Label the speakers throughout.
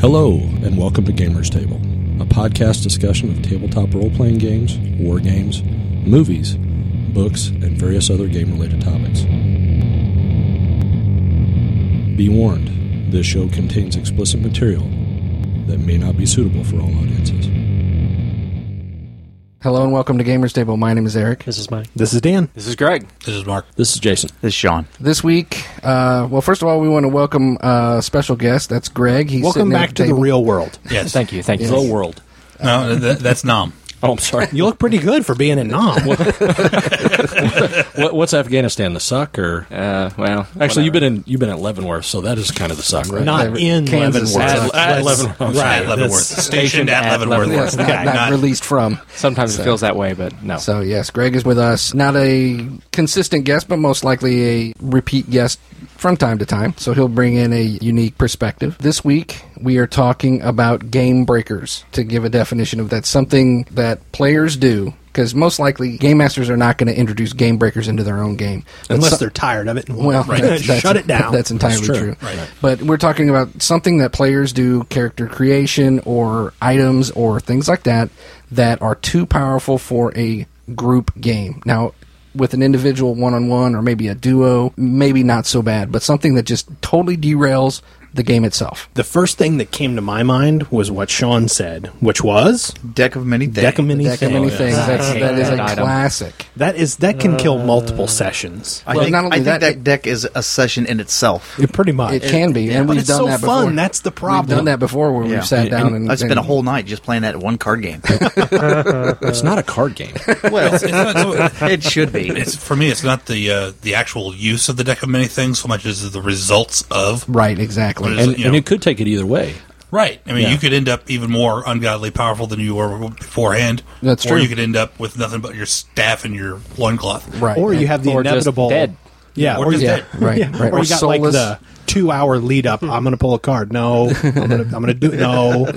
Speaker 1: Hello, and welcome to Gamers Table, a podcast discussion of tabletop role playing games, war games, movies, books, and various other game related topics. Be warned, this show contains explicit material that may not be suitable for all audiences.
Speaker 2: Hello and welcome to Gamers Table. My name is Eric.
Speaker 3: This is mine.
Speaker 4: This is Dan.
Speaker 5: This is Greg.
Speaker 1: This is Jason.
Speaker 6: This is Sean.
Speaker 2: This week, uh, well, first of all, we want to welcome a uh, special guest. That's Greg. He's
Speaker 4: Welcome
Speaker 2: sitting at
Speaker 4: back to the
Speaker 2: table.
Speaker 4: real world.
Speaker 6: Yes. Thank you. Thank you.
Speaker 1: Hello, world.
Speaker 7: No, th- that's Nom.
Speaker 1: Oh, I'm sorry.
Speaker 4: You look pretty good for being in Nam.
Speaker 1: What, what's Afghanistan? The suck, or
Speaker 6: Uh, well,
Speaker 1: actually, you've been in you've been at Leavenworth, so that is kind of the suck, right?
Speaker 4: Not in
Speaker 2: Kansas.
Speaker 4: Leavenworth.
Speaker 1: At- at
Speaker 4: Let's-
Speaker 1: Leavenworth. I'm sorry.
Speaker 4: Right.
Speaker 7: At Leavenworth.
Speaker 4: that's-
Speaker 7: Stationed at
Speaker 6: at
Speaker 7: Leavenworth.
Speaker 2: Yes, not,
Speaker 7: Okay,
Speaker 2: not
Speaker 7: not-
Speaker 2: released from.
Speaker 6: sometimes it feels that way, but no.
Speaker 2: So, yes, Greg is with us. Not a consistent guest, but most likely a repeat guest from time to time. So he'll bring in a unique perspective. This week, we are talking about game breakers to give a definition of that. Something that players do. Because most likely, game masters are not going to introduce game breakers into their own game. But
Speaker 4: Unless
Speaker 2: some-
Speaker 4: they're tired of it. and want-
Speaker 2: Well, that's- that's-
Speaker 4: shut it down.
Speaker 2: That's entirely
Speaker 1: true.
Speaker 2: true. But we're talking about something that players do, character creation or items or things like that, that are too powerful for a group game. Now, with an individual one on one or maybe a duo, maybe not so bad, but something that just totally derails the game itself.
Speaker 4: the first thing that came to my mind was what Sean said, which was
Speaker 6: Deck of many things.
Speaker 4: deck of many
Speaker 2: That can
Speaker 4: things.
Speaker 2: many things. That's,
Speaker 6: hate
Speaker 2: that is
Speaker 6: that
Speaker 2: a
Speaker 6: item.
Speaker 2: classic.
Speaker 4: That is that can
Speaker 3: Uh,
Speaker 4: kill multiple sessions.
Speaker 6: I
Speaker 2: Well,
Speaker 6: think,
Speaker 2: not only
Speaker 6: I think
Speaker 2: that,
Speaker 6: that,
Speaker 2: it-
Speaker 6: deck is a session in itself.
Speaker 4: Uh, It pretty much.
Speaker 2: It can be, and
Speaker 4: But
Speaker 2: we've
Speaker 4: it's
Speaker 2: done
Speaker 4: so
Speaker 2: that before.
Speaker 4: fun. That's the
Speaker 2: We've done
Speaker 4: problem.
Speaker 2: that before where
Speaker 6: Yeah.
Speaker 2: we've sat down and,
Speaker 6: I spent
Speaker 2: and-
Speaker 6: a whole night just playing that one card game.
Speaker 1: It's not a card game.
Speaker 6: well,
Speaker 7: It's- it's-
Speaker 6: it should be.
Speaker 7: it's- for me, it's not the uh, the actual use of the deck of many things so much as the results of.
Speaker 2: right exactly.
Speaker 7: What is
Speaker 1: and,
Speaker 7: You
Speaker 1: and
Speaker 7: know.
Speaker 1: it could take it either way.
Speaker 7: Right. I mean,
Speaker 1: Yeah.
Speaker 7: you could end up even more ungodly powerful than you were beforehand.
Speaker 2: That's
Speaker 7: or
Speaker 2: true.
Speaker 7: you could end up with nothing but your staff and your loincloth.
Speaker 2: right.
Speaker 4: Or you have the
Speaker 6: Or just
Speaker 4: inevitable.
Speaker 6: dead.
Speaker 4: Yeah.
Speaker 7: Or
Speaker 4: Or
Speaker 7: just
Speaker 4: you-
Speaker 2: yeah,
Speaker 7: dead.
Speaker 2: right,
Speaker 4: yeah,
Speaker 2: right.
Speaker 4: Or you got like
Speaker 2: soulless.
Speaker 4: the two hour lead up. I'm going to pull a card. No. I'm going to I'm gonna do it. No.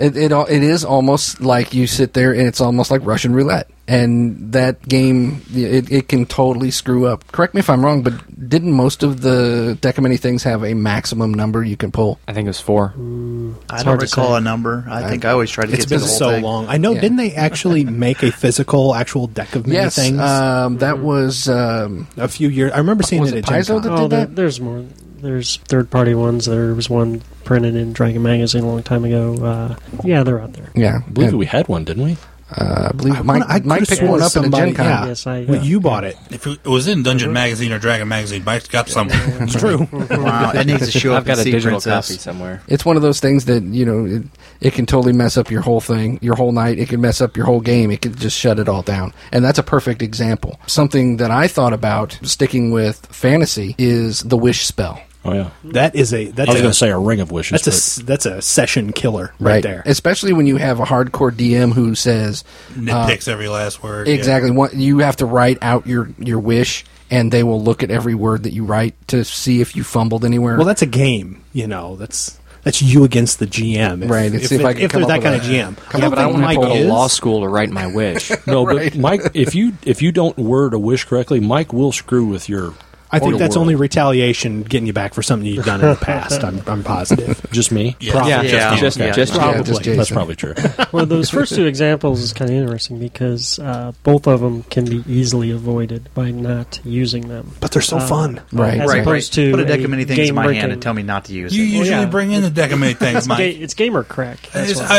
Speaker 2: It, it al- it is almost like you sit there and it's almost like Russian roulette, and that game it, it can totally screw up. Correct me if I'm wrong, but didn't most of the deck of many things have a maximum number you can pull?
Speaker 6: I think it was four. I don't
Speaker 3: hard to
Speaker 6: recall
Speaker 3: say.
Speaker 6: a number. I, think I always try to
Speaker 4: It's
Speaker 6: get to
Speaker 4: been
Speaker 6: the whole
Speaker 4: so
Speaker 6: thing.
Speaker 4: long. I know.
Speaker 2: Yeah.
Speaker 4: Didn't they actually make a physical, actual deck of many
Speaker 2: yes,
Speaker 4: things
Speaker 2: um, that was um,
Speaker 4: a few years? I remember seeing
Speaker 2: was
Speaker 4: it,
Speaker 2: it
Speaker 4: at Gen
Speaker 2: Paizo
Speaker 4: Con.
Speaker 2: that-
Speaker 3: Oh,
Speaker 2: did
Speaker 3: there, there's more. There's third party ones. There was one printed in Dragon Magazine a long time ago. Uh, yeah, they're out there.
Speaker 2: yeah,
Speaker 1: I believe
Speaker 2: and,
Speaker 1: we had one, didn't we?
Speaker 2: uh, I believe
Speaker 4: I
Speaker 2: Mike,
Speaker 4: wanna- I
Speaker 2: Mike
Speaker 4: could've
Speaker 2: picked
Speaker 4: sworn
Speaker 2: one up in a
Speaker 4: somebody-
Speaker 2: Gen Con.
Speaker 4: yeah.
Speaker 3: Yes, I.
Speaker 4: Well,
Speaker 3: yeah.
Speaker 4: you bought it.
Speaker 7: If it was in
Speaker 2: Mm-hmm.
Speaker 7: Dungeon Magazine or Dragon Magazine, Mike's got some.
Speaker 4: It's true.
Speaker 6: Wow, it needs to show up.
Speaker 8: I've got
Speaker 6: in
Speaker 8: a
Speaker 6: Sea
Speaker 8: digital
Speaker 6: Princess.
Speaker 8: copy somewhere.
Speaker 2: It's one of those things that you know it, it can totally mess up your whole thing, your whole night. It can mess up your whole game. It could just shut it all down. And that's a perfect example. Something that I thought about sticking with fantasy is the wish spell.
Speaker 1: Oh yeah.
Speaker 4: that is a that's
Speaker 1: I was
Speaker 4: a,
Speaker 1: going to say a ring of wishes.
Speaker 4: that's a s- that's a session killer right, there.
Speaker 2: Especially when you have a hardcore DM who says
Speaker 7: Nitpicks every last word. yeah.
Speaker 2: Uh, exactly what you have to write out your your wish, and they will look at every word that you write to see if you fumbled anywhere.
Speaker 4: well, that's a game. You know, that's that's you against the GM. If,
Speaker 2: Right, and
Speaker 4: If,
Speaker 2: see if
Speaker 4: it-
Speaker 2: I can
Speaker 4: if
Speaker 2: come
Speaker 4: they're
Speaker 2: up
Speaker 4: that kind
Speaker 2: with
Speaker 4: of
Speaker 2: a-
Speaker 4: GM.
Speaker 2: come up
Speaker 8: But I
Speaker 2: think
Speaker 8: don't have to go
Speaker 4: Mike
Speaker 8: to
Speaker 4: Oh, is.
Speaker 8: law school to write my wish.
Speaker 1: no, but Mike, if you if you don't word a wish correctly, Mike will screw with your.
Speaker 4: I
Speaker 1: or
Speaker 4: think
Speaker 1: your
Speaker 4: that's
Speaker 1: world.
Speaker 4: only retaliation getting you back for something you've done in the past. I'm, I'm positive.
Speaker 1: just me.
Speaker 7: Yeah,
Speaker 8: Yeah, yeah,
Speaker 7: just- just-
Speaker 8: just,
Speaker 6: yeah.
Speaker 8: just
Speaker 2: Yeah,
Speaker 4: Probably.
Speaker 2: just Jason.
Speaker 1: That's probably true.
Speaker 3: well, those first two examples is kind of interesting because uh, both of them can be easily avoided by not using them.
Speaker 4: But they're so
Speaker 3: Uh,
Speaker 4: fun.
Speaker 2: Right,
Speaker 3: As
Speaker 6: Right, right.
Speaker 3: opposed to
Speaker 6: Put a deck
Speaker 3: a
Speaker 6: of many things in my hand
Speaker 3: game-breaking-
Speaker 6: and tell me not to use
Speaker 7: You
Speaker 6: it.
Speaker 7: usually
Speaker 3: yeah.
Speaker 7: bring in the deck of many things,
Speaker 3: It's,
Speaker 7: Mike.
Speaker 3: ga- it's gamer crack. That's
Speaker 7: It's-
Speaker 3: why.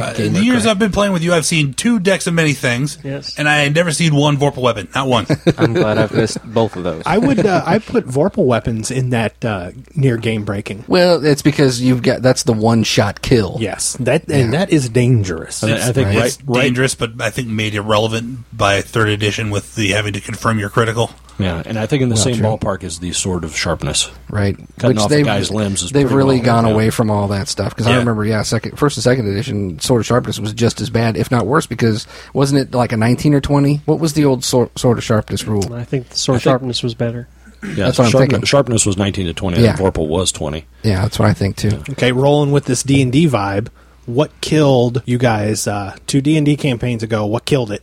Speaker 7: I- I- in the years I've been playing with you, I've seen two decks of many things,
Speaker 3: Yes.
Speaker 7: and I had never seen one Vorpal weapon, not one.
Speaker 8: I'm glad I've missed both of those.
Speaker 4: I would uh, I put Vorpal weapons in that uh, near game breaking.
Speaker 2: Well, it's because you've got that's the one shot kill.
Speaker 4: Yes, that and that is dangerous.
Speaker 1: And I think right,
Speaker 7: it's
Speaker 1: right,
Speaker 7: dangerous, but I think made irrelevant by third edition with the having to confirm your critical.
Speaker 1: yeah, and I think in the same
Speaker 2: true.
Speaker 1: ballpark is the sword of sharpness.
Speaker 2: right?
Speaker 1: Cutting off a guy's limbs is
Speaker 2: they've
Speaker 1: pretty
Speaker 2: really
Speaker 1: well
Speaker 2: gone
Speaker 1: worked out.
Speaker 2: away from all that stuff because I
Speaker 7: Yeah.
Speaker 2: remember, yeah, second, first and second edition Sword of Sharpness was just as bad, if not worse, because wasn't it like a nineteen or twenty? What was the old sword, sword of Sharpness rule?
Speaker 3: I think the sword
Speaker 1: I think-
Speaker 3: sharpness was better.
Speaker 1: Yeah,
Speaker 2: That's what I'm
Speaker 1: sharpness,
Speaker 2: thinking.
Speaker 1: sharpness was nineteen to twenty.
Speaker 2: Yeah.
Speaker 1: and Vorpal was twenty.
Speaker 2: Yeah, that's what I think too.
Speaker 4: Okay, rolling with this D and D vibe. What killed you guys uh, two D and D campaigns ago? What killed it?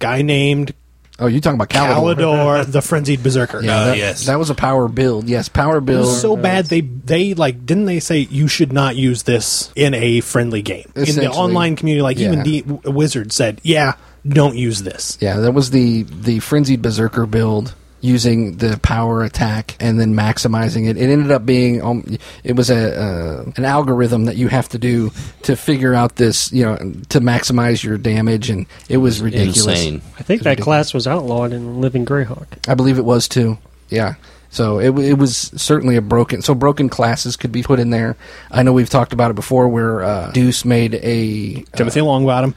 Speaker 4: Guy named
Speaker 2: Oh, you're talking about Calidor.
Speaker 4: Calidor, the frenzied berserker.
Speaker 7: Uh,
Speaker 2: that,
Speaker 7: yes.
Speaker 2: that was a power build. Yes, power
Speaker 4: It
Speaker 2: build.
Speaker 4: was so bad they they like didn't they say you should not use this in a friendly game in
Speaker 2: Essentially.
Speaker 4: the online community like
Speaker 2: Yeah.
Speaker 4: even the w- wizard said yeah don't use this
Speaker 2: yeah, that was the the frenzied berserker build using the power attack and then maximizing it. It ended up being um, it was a uh, an algorithm that you have to do to figure out this you know to maximize your damage, and it was ridiculous.
Speaker 5: Insane.
Speaker 3: I think that class was outlawed in Living Greyhawk.
Speaker 2: I believe it was too. Yeah. So it, w- it was certainly a broken. So broken classes could be put in there. I know we've talked about it before, where uh, Deuce made a
Speaker 4: Timothy Longbottom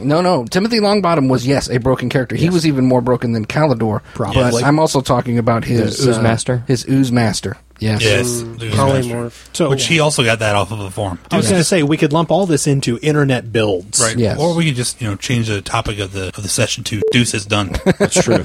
Speaker 2: no, no. Timothy Longbottom was yes a broken character. He was even more broken than Calidor.
Speaker 4: Probably.
Speaker 2: But I'm also talking about his uh,
Speaker 8: The ooze master?
Speaker 2: His ooze master. Yes.
Speaker 7: Yes. Losing Master.
Speaker 3: Polymorph.
Speaker 4: so
Speaker 7: Which he also got that off of a form.
Speaker 4: I was going to say we could lump all this into internet builds
Speaker 7: Right.
Speaker 2: Yes.
Speaker 7: Or we could just, you know, change the topic of the of the session to Deuce is done.
Speaker 5: That's true.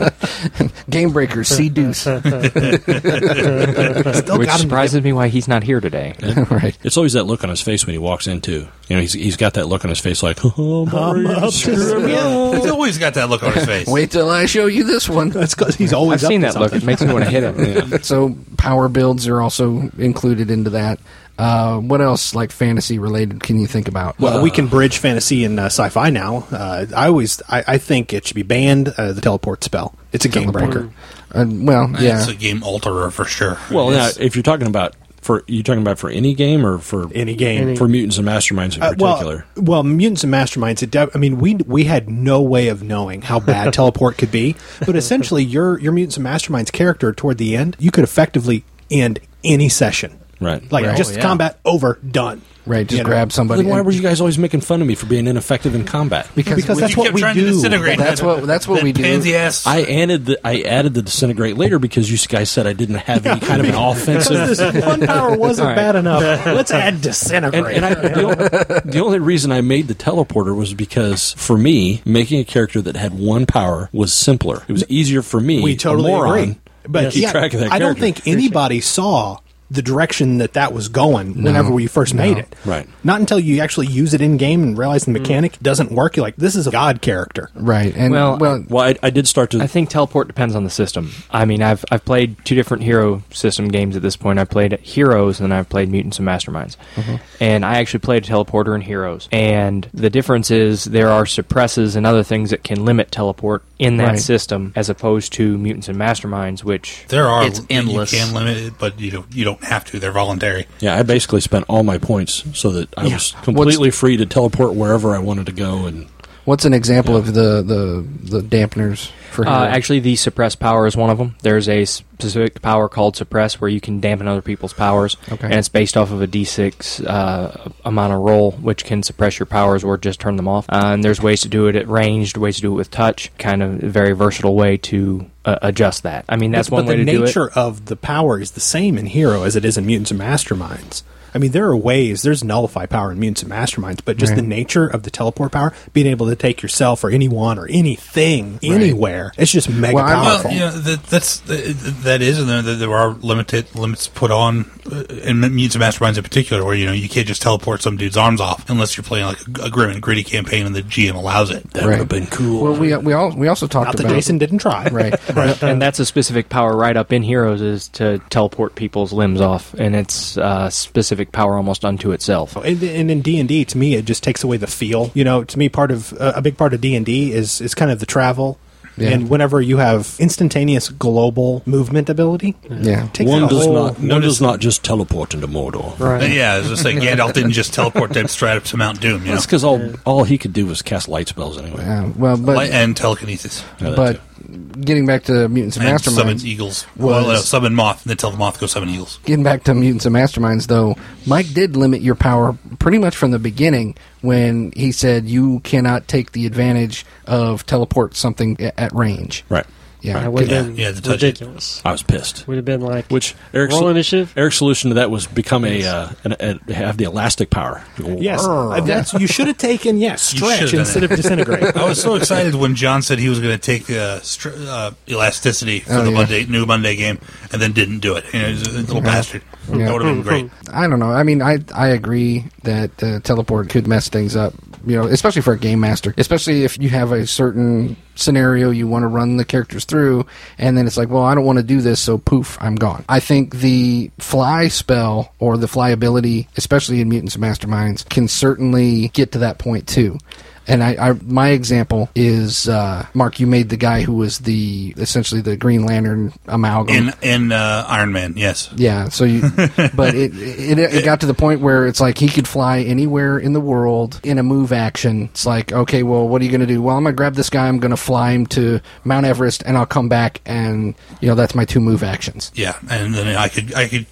Speaker 2: Game breaker. See Deuce.
Speaker 4: Still
Speaker 8: which
Speaker 4: got him-
Speaker 8: surprises me why he's not here today.
Speaker 2: right.
Speaker 5: It's always that look on his face when he walks in too. You know, he's he's got that look on his face like, oh,
Speaker 4: I'm up to something.
Speaker 7: He's always got that look on his face.
Speaker 2: Wait till I show you this one.
Speaker 4: That's 'cause he's always
Speaker 8: I've
Speaker 4: up
Speaker 8: seen
Speaker 4: to
Speaker 8: that look. It
Speaker 4: something.
Speaker 8: makes me want to hit him.
Speaker 2: so power builds are also included into that. Uh, what else like fantasy related can you think about?
Speaker 4: Well, we can bridge fantasy and uh, sci-fi now. Uh, I always, I, I think it should be banned. Uh, the teleport spell. It's a game breaker.
Speaker 2: Uh, well, yeah.
Speaker 7: It's a game alterer for sure.
Speaker 5: Well, now,
Speaker 7: It's-
Speaker 5: if you're talking about for you talking about for any game or for
Speaker 4: Any game.
Speaker 5: for mutants and masterminds in
Speaker 4: Uh,
Speaker 5: particular.
Speaker 4: Well, well, mutants and masterminds. It, de- I mean, we we had no way of knowing how bad teleport could be, but essentially, your your mutants and masterminds character toward the end, you could effectively end any session,
Speaker 5: Right.
Speaker 4: Like
Speaker 5: Right.
Speaker 4: just
Speaker 5: Oh, yeah.
Speaker 4: combat over, done.
Speaker 2: Right, just
Speaker 4: You know?
Speaker 2: grab somebody.
Speaker 5: then why
Speaker 2: and-
Speaker 5: were you guys always making fun of me for being ineffective in combat?
Speaker 2: because,
Speaker 4: Because
Speaker 2: we-
Speaker 4: that's
Speaker 7: you
Speaker 4: what
Speaker 7: kept
Speaker 4: we
Speaker 7: trying
Speaker 4: do.
Speaker 7: to disintegrate.
Speaker 2: That's what- that's what we do.
Speaker 7: Pansy ass.
Speaker 5: I added the I added the disintegrate later because you guys said I didn't have any kind of an offensive.
Speaker 4: Because this one power wasn't
Speaker 8: All right.
Speaker 4: bad enough. Let's add disintegrate.
Speaker 5: And, and I, the, only, the only reason I made the teleporter was because for me, making a character that had one power was simpler. It was easier for me.
Speaker 4: we
Speaker 5: a
Speaker 4: totally
Speaker 5: moron,
Speaker 4: agree. But
Speaker 5: to keep
Speaker 4: yeah,
Speaker 5: track of that
Speaker 4: I don't
Speaker 5: character.
Speaker 4: think anybody saw the direction that that was going whenever we first made it.
Speaker 5: Right.
Speaker 4: Not until you actually use it in game and
Speaker 8: Mm.
Speaker 4: realize the mechanic doesn't work. You're like, this is a god character.
Speaker 2: right, and well,
Speaker 8: Well,
Speaker 5: Well, I, I did start to.
Speaker 8: I think teleport depends on the system. I mean, I've I've played two different hero system games at this point. I played Heroes and then I've played Mutants and Masterminds. And I actually played a teleporter in Heroes. And the difference is there are suppresses and other things that can limit teleport in that
Speaker 2: Right.
Speaker 8: system as opposed to Mutants and Masterminds, which
Speaker 7: there are
Speaker 6: It's endless.
Speaker 7: You can limit it, but you don't, you don't have to. They're voluntary.
Speaker 5: yeah, I basically spent all my points so that I was completely free to teleport wherever I wanted to go. And
Speaker 2: what's an example of the, the the dampeners for him?
Speaker 8: Uh, actually, the suppress power is one of them. There's a specific power called suppress where you can dampen other people's powers,
Speaker 2: Okay.
Speaker 8: and it's based off of a d6 uh, amount of roll, which can suppress your powers or just turn them off. Uh, and there's ways to do it at ranged, ways to do it with touch. Kind of a very versatile way to uh, adjust that. I mean, that's
Speaker 4: but,
Speaker 8: one
Speaker 4: but
Speaker 8: way to
Speaker 4: the
Speaker 8: do it.
Speaker 4: nature of the power is the same in Hero as it is in Mutants and Masterminds. I mean, there are ways. There's nullify power in Mutants and Masterminds, but just
Speaker 2: Right.
Speaker 4: the nature of the teleport power, being able to take yourself or anyone or anything anywhere, it's just mega
Speaker 2: Well, I'm-
Speaker 4: powerful.
Speaker 7: Well, you know, that, that's that is, and there, there are limited limits put on uh, in Mutants and Masterminds in particular, where you know you can't just teleport some dude's arms off unless you're playing like a, a grim and gritty campaign, and the GM allows it.
Speaker 5: that would have been cool.
Speaker 2: well, we we all we also talked
Speaker 4: Not that
Speaker 2: about
Speaker 4: Jason didn't try.
Speaker 2: right.
Speaker 8: and that's a specific power right up in Heroes is to teleport people's limbs off, and it's a specific power almost unto itself.
Speaker 4: and, and in d&d to me it just takes away the feel you know to me part of uh, a big part of d&d is is kind of the travel
Speaker 2: Yeah.
Speaker 4: and whenever you have instantaneous global movement ability
Speaker 2: Yeah.
Speaker 4: it takes
Speaker 5: one
Speaker 4: the
Speaker 5: does
Speaker 4: whole-
Speaker 5: not one
Speaker 7: notice-
Speaker 5: does not just teleport into Mordor.
Speaker 7: Uh, Yeah, I was just like Gandalf didn't just teleport them straight up to Mount Doom. You know,
Speaker 5: That's because all all he could do was cast light spells anyway.
Speaker 2: Yeah, Um, well, but
Speaker 7: Light and telekinesis.
Speaker 5: Yeah, that
Speaker 2: but
Speaker 5: too.
Speaker 2: getting back to mutants and,
Speaker 7: and summon
Speaker 2: masterminds,
Speaker 7: eagles. Well,
Speaker 2: was-
Speaker 7: no, summon moth, and then tell the moth go summon eagles.
Speaker 2: getting back to mutants and masterminds though, Mike did limit your power pretty much from the beginning when he said you cannot take the advantage of teleport something a- at range.
Speaker 5: right,
Speaker 2: Yeah,
Speaker 3: That would
Speaker 7: Yeah,
Speaker 3: have been
Speaker 7: yeah, the touch-
Speaker 3: ridiculous.
Speaker 5: I was pissed.
Speaker 3: Would have been like
Speaker 5: Which Eric's
Speaker 3: roll initiative.
Speaker 5: Eric's solution to that was become a, uh, an, a have the elastic power.
Speaker 4: yes uh, that's you should have taken yes
Speaker 7: You should have
Speaker 4: stretch
Speaker 7: done
Speaker 4: instead
Speaker 7: that.
Speaker 4: of disintegrate
Speaker 7: I was so excited when John said he was going to take uh, str- uh, elasticity for
Speaker 2: Oh,
Speaker 7: the
Speaker 2: yeah.
Speaker 7: Monday new Monday game, and then didn't do it. You know, he's a little bastard.
Speaker 2: Yeah.
Speaker 7: That would have been great.
Speaker 2: I don't know. I mean, I I agree that uh, teleport could mess things up you know, especially for a game master, especially if you have a certain scenario you want to run the characters through, and then it's like, well, I don't want to do this, so poof, I'm gone. I think the fly spell or the fly ability, especially in Mutants and Masterminds, can certainly get to that point too. And I, I my example is uh, Mark. You made the guy who was the essentially the Green Lantern amalgam
Speaker 7: in in uh, Iron Man. Yes,
Speaker 2: yeah, so you, but it, it it got to the point where it's like he could fly anywhere in the world in a move action. It's like, okay, well, what are you going to do? Well, I'm going to grab this guy, I'm going to fly him to Mount Everest, and I'll come back, and you know that's my two move actions.
Speaker 7: yeah, and then I could I could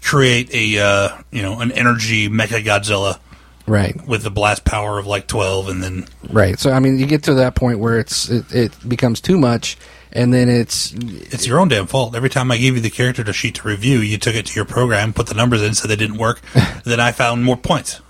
Speaker 7: create a uh, you know an energy Mecha Godzilla
Speaker 2: Right,
Speaker 7: with the blast power of like twelve, and then
Speaker 2: right. So I mean, you get to that point where it's it, it becomes too much, and then it's
Speaker 7: it's your own damn fault. Every time I gave you the character to sheet to review, you took it to your program, put the numbers in, said they didn't work. then I found more points.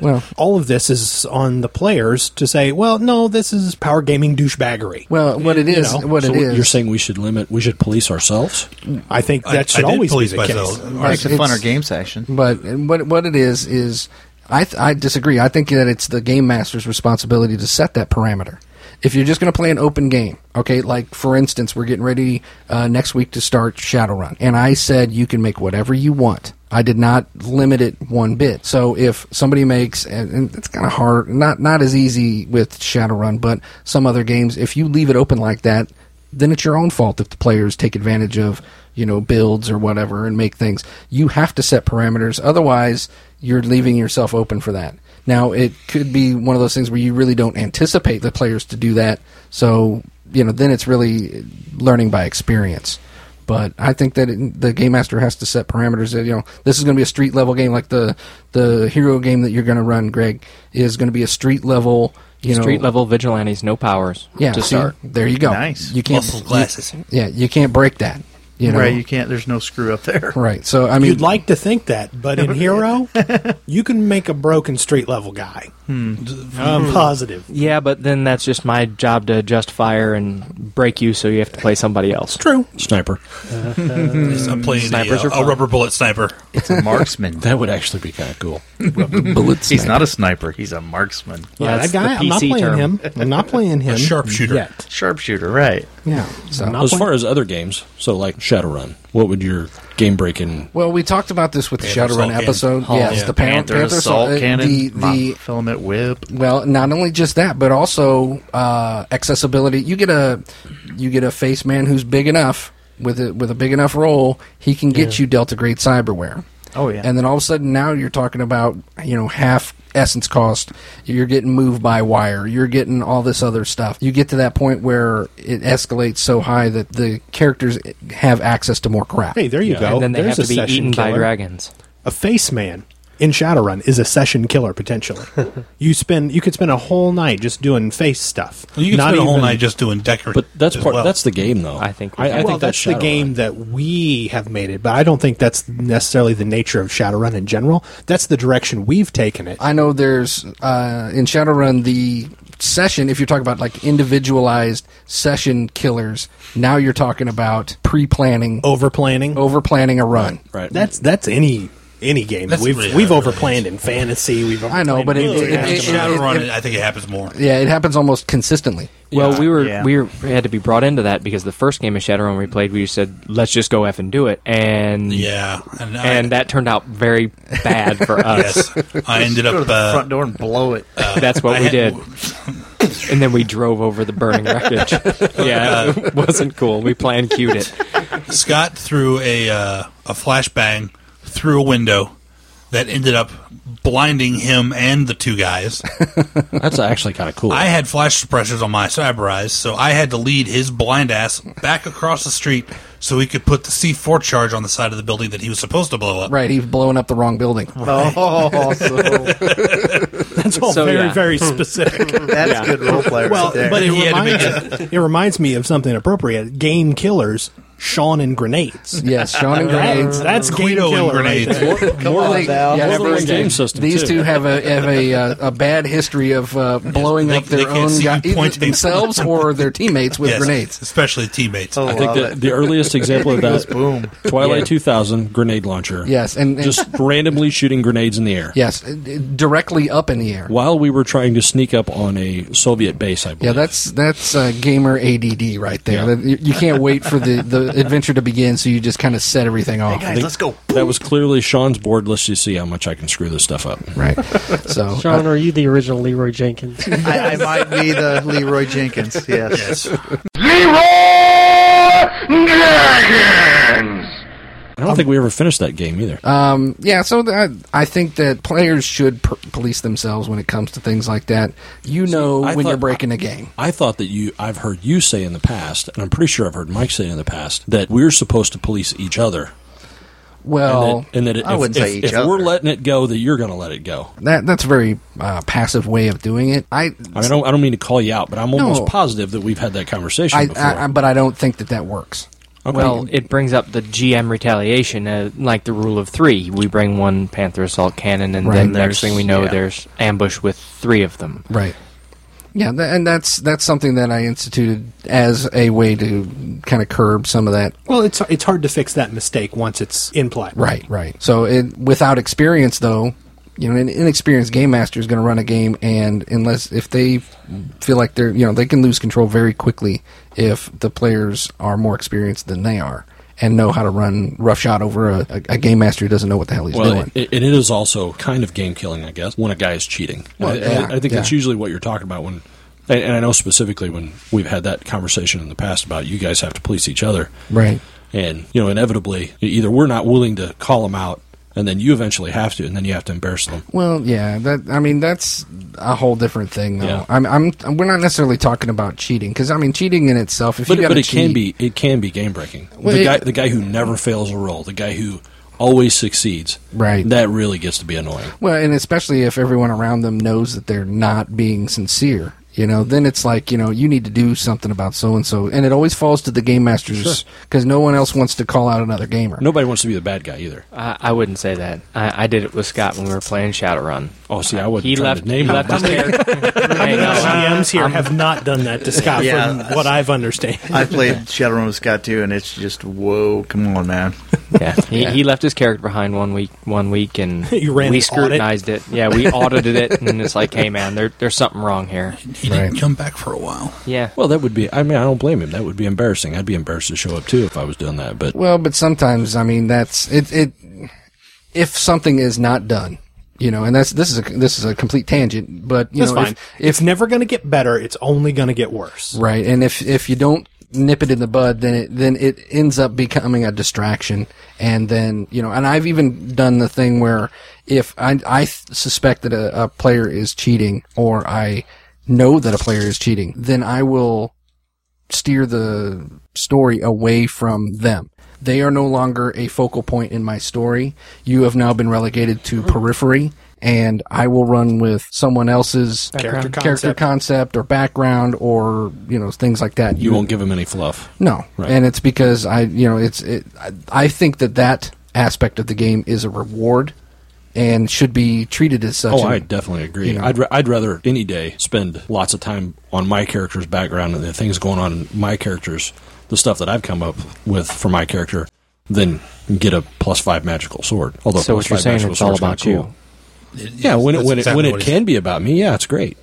Speaker 2: well,
Speaker 4: All of this is on the players to say, well, no, this is power gaming douchebaggery.
Speaker 2: well, what it
Speaker 4: You
Speaker 2: is,
Speaker 4: know,
Speaker 2: what
Speaker 5: So
Speaker 2: it is.
Speaker 5: you're saying we should limit, we should police ourselves?
Speaker 4: I think
Speaker 7: I-
Speaker 4: that
Speaker 7: I
Speaker 4: should
Speaker 7: did
Speaker 4: always be
Speaker 7: police
Speaker 4: the case.
Speaker 7: myself.
Speaker 6: Makes a
Speaker 2: it's-
Speaker 6: funner game session.
Speaker 2: But what what it is is I th- I disagree. I think that it's the game master's responsibility to set that parameter. If you're just going to play an open game, okay, like for instance, we're getting ready uh, next week to start Shadowrun, and I said you can make whatever you want. I did not limit it one bit. So if somebody makes, and, and it's kind of hard, not not as easy with Shadowrun, but some other games, if you leave it open like that, then it's your own fault if the players take advantage of you know builds or whatever and make things you have to set parameters otherwise you're leaving yourself open for that now it could be one of those things where you really don't anticipate the players to do that so you know then it's really learning by experience but I think that it, the game master has to set parameters. That you know, this is going to be a street level game, like the the hero game that you're going to run. Greg is going to be a street level, you know,
Speaker 8: Street level vigilantes, no powers.
Speaker 2: Yeah,
Speaker 8: to
Speaker 2: see?
Speaker 8: start.
Speaker 2: there you go.
Speaker 6: Nice.
Speaker 2: You can't
Speaker 7: Muscle glasses.
Speaker 2: yeah, you can't break that. You know,
Speaker 6: Right, you can't. There's no screw up there.
Speaker 2: right. So I mean,
Speaker 4: You'd like to think that, but in Hero, you can make a broken street level guy.
Speaker 7: Hmm.
Speaker 4: I'm positive.
Speaker 8: Yeah, but then that's just my job to adjust fire and break you, so you have to play somebody else.
Speaker 4: True.
Speaker 5: Sniper.
Speaker 7: I'm playing the,
Speaker 8: Snipers are
Speaker 7: uh, a
Speaker 8: fun.
Speaker 7: rubber bullet sniper.
Speaker 6: It's a marksman.
Speaker 5: That would actually be kind of cool.
Speaker 2: bullets.
Speaker 6: He's not a sniper. He's a marksman.
Speaker 4: Yeah, that
Speaker 8: that's
Speaker 4: guy.
Speaker 8: the
Speaker 4: I'm not
Speaker 8: PC
Speaker 4: playing
Speaker 8: term.
Speaker 4: him. I'm not playing him.
Speaker 7: sharpshooter.
Speaker 4: Yet.
Speaker 6: Sharpshooter, right?
Speaker 4: Yeah.
Speaker 2: So-
Speaker 4: I'm not
Speaker 5: As
Speaker 4: playing-
Speaker 5: far as other games, so like Shadowrun, what would your game breaking?
Speaker 2: Well, we talked about this with the
Speaker 7: Panther assault
Speaker 2: Shadowrun
Speaker 7: cannon.
Speaker 2: episode.
Speaker 7: Oh,
Speaker 2: yes,
Speaker 7: yeah.
Speaker 2: the Pan-
Speaker 6: Panther, assault
Speaker 2: assault- uh,
Speaker 6: cannon,
Speaker 2: The, the
Speaker 6: filament whip.
Speaker 2: well, not only just that, but also uh, accessibility. You get a you get a face man who's big enough with a with a big enough role, he can get you Delta grade cyberware.
Speaker 6: Oh yeah.
Speaker 2: And then all of a sudden now you're talking about, you know, half essence cost. You're getting moved by wire. You're getting all this other stuff. You get to that point where it escalates so high that the characters have access to more crap.
Speaker 4: Hey, there you go.
Speaker 8: and then they
Speaker 4: Oh, There's
Speaker 8: have to
Speaker 4: a
Speaker 8: be
Speaker 4: session
Speaker 8: eaten by
Speaker 4: killer.
Speaker 8: dragons.
Speaker 4: A face man in Shadowrun is a session killer potentially. you spend you could spend a whole night just doing face stuff.
Speaker 7: Well, you can
Speaker 4: Not
Speaker 7: spend a whole
Speaker 4: even-
Speaker 7: night just doing decorative.
Speaker 5: But that's
Speaker 7: as
Speaker 5: part.
Speaker 7: well.
Speaker 5: That's the game, though.
Speaker 8: I think we
Speaker 5: I,
Speaker 8: can.
Speaker 5: I
Speaker 4: well,
Speaker 5: think that's,
Speaker 4: that's,
Speaker 5: Shadowrun.
Speaker 4: the game that we have made it, but I don't think that's necessarily the nature of Shadowrun in general. That's the direction we've taken it.
Speaker 2: I know there's uh, in Shadowrun the session. If you're talking about like individualized session killers, now you're talking about pre-planning,
Speaker 7: Oh.
Speaker 4: Over planning.
Speaker 2: over planning a run.
Speaker 5: Right.
Speaker 4: That's that's any any game.
Speaker 7: That's
Speaker 4: we've
Speaker 7: really
Speaker 4: we've
Speaker 7: how it really
Speaker 4: overplanned in fantasy. We've
Speaker 2: I know,
Speaker 4: overplanned
Speaker 2: but it-
Speaker 4: in
Speaker 2: it-
Speaker 4: games.
Speaker 2: it- it-
Speaker 7: Shadowrun, I think it happens more.
Speaker 2: Yeah, it happens almost consistently.
Speaker 8: Well, we were
Speaker 6: Yeah.
Speaker 8: we were, we had to be brought into that because the first game of Shadowrun we played, we said let's just go f and do it, and
Speaker 7: Yeah, and, I-
Speaker 8: and that turned out very bad for us.
Speaker 7: yes, I ended
Speaker 6: Go to
Speaker 7: up.
Speaker 6: the
Speaker 7: Uh,
Speaker 6: front door and blow it.
Speaker 8: That's what
Speaker 7: I
Speaker 8: we
Speaker 7: had-
Speaker 8: did, and then we drove over the burning wreckage. yeah, it wasn't cool. We plan queued it.
Speaker 7: Scott threw a uh, a flashbang through a window that ended up blinding him and the two guys.
Speaker 5: That's actually kind of cool.
Speaker 7: I had flash suppressors on my cyber eyes, so I had to lead his blind ass back across the street so he could put the C4 charge on the side of the building that he was supposed to blow up.
Speaker 2: Right, he's blowing up the wrong building.
Speaker 6: Oh,
Speaker 4: That's all
Speaker 8: So,
Speaker 4: very
Speaker 8: yeah.
Speaker 4: very specific.
Speaker 6: that's good role play.
Speaker 4: Well,
Speaker 6: right there.
Speaker 4: but it
Speaker 7: Hmm. He had to
Speaker 4: reminds, it reminds me of something appropriate. Game killers Sean and grenades.
Speaker 2: Yes, Sean and
Speaker 4: That's,
Speaker 2: grenades.
Speaker 4: that's game
Speaker 7: Guido and
Speaker 4: killer right
Speaker 7: grenades.
Speaker 4: there.
Speaker 5: More
Speaker 2: They-
Speaker 5: like
Speaker 6: now.
Speaker 2: yeah,
Speaker 5: More
Speaker 2: these-
Speaker 5: than game system,
Speaker 2: These
Speaker 5: too.
Speaker 2: two have a have a, uh, a bad history of uh, blowing
Speaker 7: they-
Speaker 2: up their
Speaker 7: they can't
Speaker 2: own
Speaker 7: see
Speaker 2: guy,
Speaker 7: you
Speaker 2: either
Speaker 7: pointing.
Speaker 2: themselves or their teammates with
Speaker 7: Yes,
Speaker 2: grenades.
Speaker 7: especially teammates.
Speaker 6: Oh,
Speaker 5: I think
Speaker 6: wow,
Speaker 5: that the earliest example of
Speaker 6: goes
Speaker 5: that
Speaker 6: boom.
Speaker 5: Twilight 2000 grenade launcher.
Speaker 2: Yes, and, and
Speaker 5: Just randomly shooting grenades in the air.
Speaker 2: yes, uh, directly up in the air.
Speaker 5: While we were trying to sneak up on a Soviet base, I believe.
Speaker 2: Yeah, that's that's uh, gamer ADD right there. That- You, you can't wait for the, the adventure to begin, so you just kind of set everything off.
Speaker 6: Guys, let's go.
Speaker 5: That was clearly Sean's board. Let's just see how much I can screw this stuff up.
Speaker 2: Right. So
Speaker 3: Sean, are you the original Leroy Jenkins?
Speaker 6: I, I might be the Leroy Jenkins. Yes.
Speaker 5: I don't think we ever finished that game either.
Speaker 2: Um, yeah, so th- I I think that players should per- police themselves when it comes to things like that. You know
Speaker 5: I
Speaker 2: when you're
Speaker 5: thought-
Speaker 2: breaking a game.
Speaker 5: I thought that you, I've heard you say in the past, and I'm pretty sure I've heard Mike say in the past, that we're supposed to police each other.
Speaker 2: Well,
Speaker 5: and that, and that
Speaker 6: I
Speaker 5: if,
Speaker 6: wouldn't
Speaker 5: if,
Speaker 6: say each
Speaker 5: if we're
Speaker 6: other.
Speaker 5: letting it go, that you're going to let it go.
Speaker 2: that that's a very uh, passive way of doing it. I
Speaker 5: I, mean, I, don't, I don't mean to call you out, but I'm almost
Speaker 2: No.
Speaker 5: positive that we've had that conversation
Speaker 2: I,
Speaker 5: before.
Speaker 2: I, I- but I don't think that that works.
Speaker 5: Okay.
Speaker 8: Well, it brings up the GM retaliation, uh, like the rule of three. We bring one Panther assault cannon, and
Speaker 2: Right.
Speaker 8: then
Speaker 2: And
Speaker 8: next thing we know, there's ambush with three of them.
Speaker 2: Right. Yeah, tha- and that's that's something that I instituted as a way to kind of curb some of that.
Speaker 4: Well, it's it's hard to fix that mistake once it's in play.
Speaker 2: Right, right. So it, without experience, though, you know, an inexperienced game master is going to run a game, and unless if they feel like they're, you know, they can lose control very quickly if the players are more experienced than they are and know how to run roughshod over a, a, a game master who doesn't know what the hell he's
Speaker 5: Well,
Speaker 2: doing.
Speaker 5: it, it- it is also kind of game killing, I guess, when a guy is cheating.
Speaker 2: Well,
Speaker 5: I, I-
Speaker 2: yeah,
Speaker 5: I think that's
Speaker 2: yeah.
Speaker 5: usually what you're talking about when, and, and I know specifically when we've had that conversation in the past about you guys have to police each other,
Speaker 2: right.
Speaker 5: and you know, inevitably, either we're not willing to call them out, and then you eventually have to, and then you have to embarrass them.
Speaker 2: Well, yeah, that I mean that's a whole different thing though.
Speaker 5: Yeah.
Speaker 2: I'm, I'm we're not necessarily talking about cheating because I mean cheating in itself. If
Speaker 5: But,
Speaker 2: you
Speaker 5: it-
Speaker 2: got
Speaker 5: but it
Speaker 2: cheat,
Speaker 5: can be it can be game breaking.
Speaker 2: Well,
Speaker 5: the
Speaker 2: it-
Speaker 5: guy the guy who never fails a roll, the guy who always succeeds,
Speaker 2: Right.
Speaker 5: That really gets to be annoying.
Speaker 2: Well, and especially if everyone around them knows that they're not being sincere, you know, then it's like, you know, you need to do something about so and so. And it always falls to the game masters because no one else wants to call out another gamer.
Speaker 5: Nobody wants to be the bad guy either.
Speaker 8: I, I wouldn't say that. I, I did it with Scott when we were playing Shadowrun.
Speaker 5: Oh, see, I wasn't
Speaker 8: He
Speaker 5: trying
Speaker 8: left.
Speaker 5: to name
Speaker 8: he
Speaker 5: him.
Speaker 8: left his character. I know.
Speaker 4: GMs here have not done that to Scott,
Speaker 6: Yeah,
Speaker 4: from
Speaker 6: that's-
Speaker 4: what I've understand.
Speaker 6: I played Shadowrun with Scott too, and it's just whoa, come on, man.
Speaker 8: Yeah, he, he left his character behind one week. One week, and
Speaker 4: You ran
Speaker 8: we
Speaker 4: an audit?
Speaker 8: scrutinized it. Yeah, we audited it, and it's like, hey man, there, there's something wrong here.
Speaker 7: He
Speaker 2: Right.
Speaker 7: didn't come back for a while.
Speaker 8: Yeah,
Speaker 5: Well, that would be. I mean, I don't blame him. That would be embarrassing. I'd be embarrassed to show up too if I was doing that. But
Speaker 2: Well, but sometimes, I mean, that's it, it. If something is not done, you know, and that's this is a this is a complete tangent, but you
Speaker 4: That's
Speaker 2: know,
Speaker 4: fine.
Speaker 2: if-
Speaker 4: it's never going to get better. It's only going to get worse.
Speaker 2: Right, and if if you don't nip it in the bud, then it then it ends up becoming a distraction, and then you know. And I've even done the thing where if I I th- suspect that a, a player is cheating, or I know that a player is cheating, then I will steer the story away from them. They are no longer a focal point in my story. You have now been relegated to periphery, and I will run with someone else's
Speaker 4: Character concept.
Speaker 2: character concept or background or you know things like that.
Speaker 5: you won't give him any fluff.
Speaker 2: No,
Speaker 5: Right.
Speaker 2: and it's because I you know it's it, I, I think that that aspect of the game is a reward and should be treated as such.
Speaker 5: Oh,
Speaker 2: And-
Speaker 5: I definitely agree.
Speaker 2: you know.
Speaker 5: I'd, ra- I'd rather any day spend lots of time on my character's background and the things going on in my character's, the stuff that I've come up with for my character, than get a plus five magical sword. Although
Speaker 8: So
Speaker 5: plus
Speaker 8: what you're
Speaker 5: five
Speaker 8: saying,
Speaker 5: magical
Speaker 8: it's all
Speaker 5: sword's kinda
Speaker 8: about you.
Speaker 5: cool. Yeah, when it,
Speaker 7: that's
Speaker 5: when
Speaker 7: exactly
Speaker 5: it when
Speaker 7: what
Speaker 5: it
Speaker 7: he
Speaker 5: can be about me, yeah, it's great.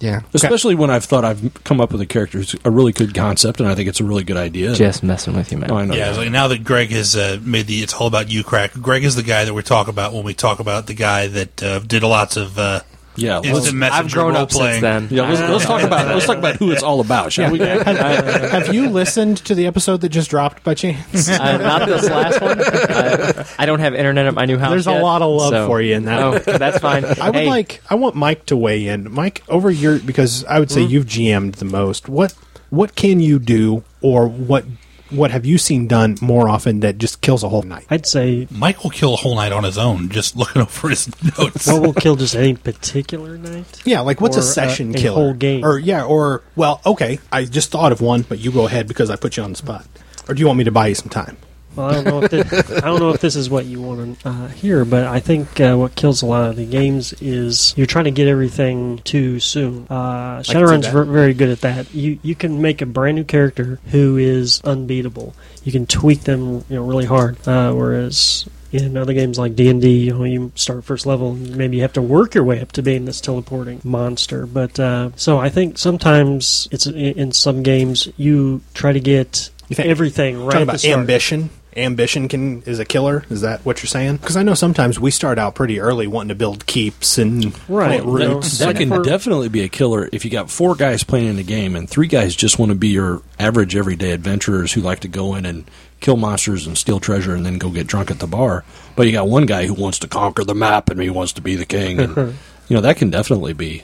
Speaker 2: yeah.
Speaker 5: Especially when I've thought I've come up with a character who's a really good concept, and I think it's a really good idea.
Speaker 8: just messing with you, man.
Speaker 5: Oh, I know.
Speaker 7: Yeah, it's like now that Greg has uh, made the "It's All About You" crack. Greg is the guy that we talk about when we talk about the guy that uh, did lots of uh,
Speaker 5: yeah. Let's,
Speaker 7: instant messenger
Speaker 8: I've grown
Speaker 7: role
Speaker 8: up
Speaker 7: playing.
Speaker 8: since then.
Speaker 5: yeah, let's, let's talk about let's talk about who it's all about, shall we?
Speaker 4: Have you listened to the episode that just dropped by chance?
Speaker 8: Uh, not this last one. Uh, I don't have internet at my new house.
Speaker 4: There's a
Speaker 8: yet,
Speaker 4: lot of love
Speaker 8: so-
Speaker 4: for you in that.
Speaker 8: Oh, that's fine.
Speaker 4: I would
Speaker 8: Hey,
Speaker 4: like. I want Mike to weigh in. Mike, over your because I would say you've GM'd the most. What what can you do, or what what have you seen done more often that just kills a whole night?
Speaker 3: I'd say
Speaker 7: Mike will kill a whole night on his own, just looking over his notes.
Speaker 3: what will kill just any particular night.
Speaker 4: Yeah, like what's
Speaker 3: Or,
Speaker 4: a session
Speaker 3: uh, a
Speaker 4: killer?
Speaker 3: whole game.
Speaker 4: or yeah, or well, okay. I just thought of one, but you go ahead because I put you on the spot. Or do you want me to buy you some time?
Speaker 3: Well, I don't know if this, I don't know if this is what you want to uh, hear, but I think uh, what kills a lot of the games is you're trying to get everything too soon. Uh,
Speaker 4: can see
Speaker 3: Shadowrun's
Speaker 4: that.
Speaker 3: ver- very good at that. You you can make a brand new character who is unbeatable. You can tweak them, you know, really hard. Uh, whereas in other games like D and D, you know, you start first level, and maybe you have to work your way up to being this teleporting monster. But uh, so I think sometimes it's in, in some games you try to get.
Speaker 4: You think-
Speaker 3: everything right
Speaker 4: talking
Speaker 3: at the
Speaker 4: about
Speaker 3: start.
Speaker 4: ambition. Ambition can is a killer. Is that what you're saying? Because I know sometimes we start out pretty early wanting to build keeps and
Speaker 3: Right.
Speaker 4: plant
Speaker 3: No.
Speaker 4: roots.
Speaker 3: That
Speaker 5: That can
Speaker 3: for-
Speaker 5: definitely be a killer if you got four guys playing in the game and three guys just want to be your average everyday adventurers who like to go in and kill monsters and steal treasure and then go get drunk at the bar. But you got one guy who wants to conquer the map and he wants to be the king. And, you know, that can definitely be,